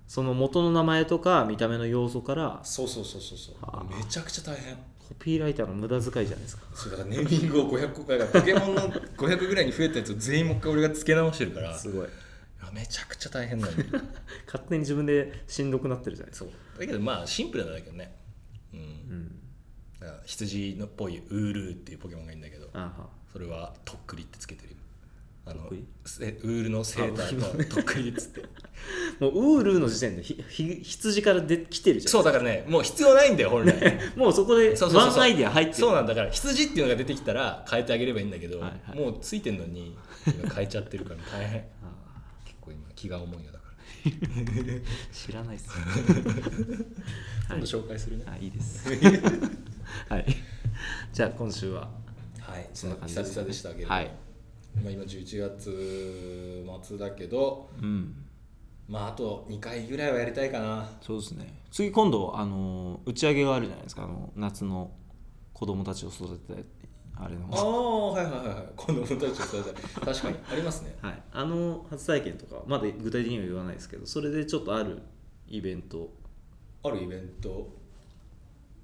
その元の名前とか見た目の要素から
そうそうそうそうそう
あー
めちゃくちゃ大変
コピーライターの無駄遣いじゃないですか
そうだからネーミングを500個からポケモンの500ぐらいに増えたやつを全員もう一回俺が付け直してるからい
すごい
やめちゃくちゃ大変なのよ
勝手に自分でしんどくなってるじゃないですか
そうだけどまあシンプルなんだけどねうん
うん
だから羊のっぽいウールーっていうポケモンがいるんだけど
あは
それはとっくりってつけてるよあの
とっくり
せウールのセーターととっくりっつって
もうウールの時点でひひ羊からできてるじゃん
そうだからねもう必要ないんだよ 本来
もうそこで
そうそうそう
ワ
そう
ンアイデア入ってる
そうなんだから羊っていうのが出てきたら変えてあげればいいんだけど、
はいはい
もうついてんのに今変えちゃってるから大変
あ
結構今気が重いよだから
ー知ら ないっすは
今
い
度紹介するね
あいいです はいじゃあ今週は
はい
そんな感じ
久々でしたけれど、
はい
まあ、今11月末だけど
うん
まああと2回ぐらいはやりたいかな
そうですね次今度あの打ち上げがあるじゃないですかあの夏の子供たちを育ててあれの
ああはいはいはいはい子供たちを育てたい確かにありますね
はい、あの初体験とかまだ具体的には言わないですけどそれでちょっとあるイベント
あるイベント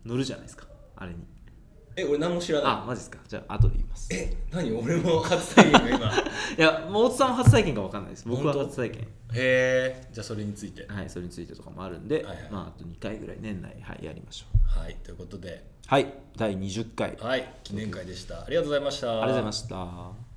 乗るじゃないですかあれに
え俺何も知らない
あマジですかじゃあ後で言います
え何俺も初体験が 今へ
いやもう大津さんは初体験か分かんないです僕は
本当
初体験
えじゃあそれについて
はいそれについてとかもあるんで、
はいはい
まああと2回ぐらい年内はいやりましょう
はいということで
はい第20回ありがと
はい記念会でしたありがとうございました
うございました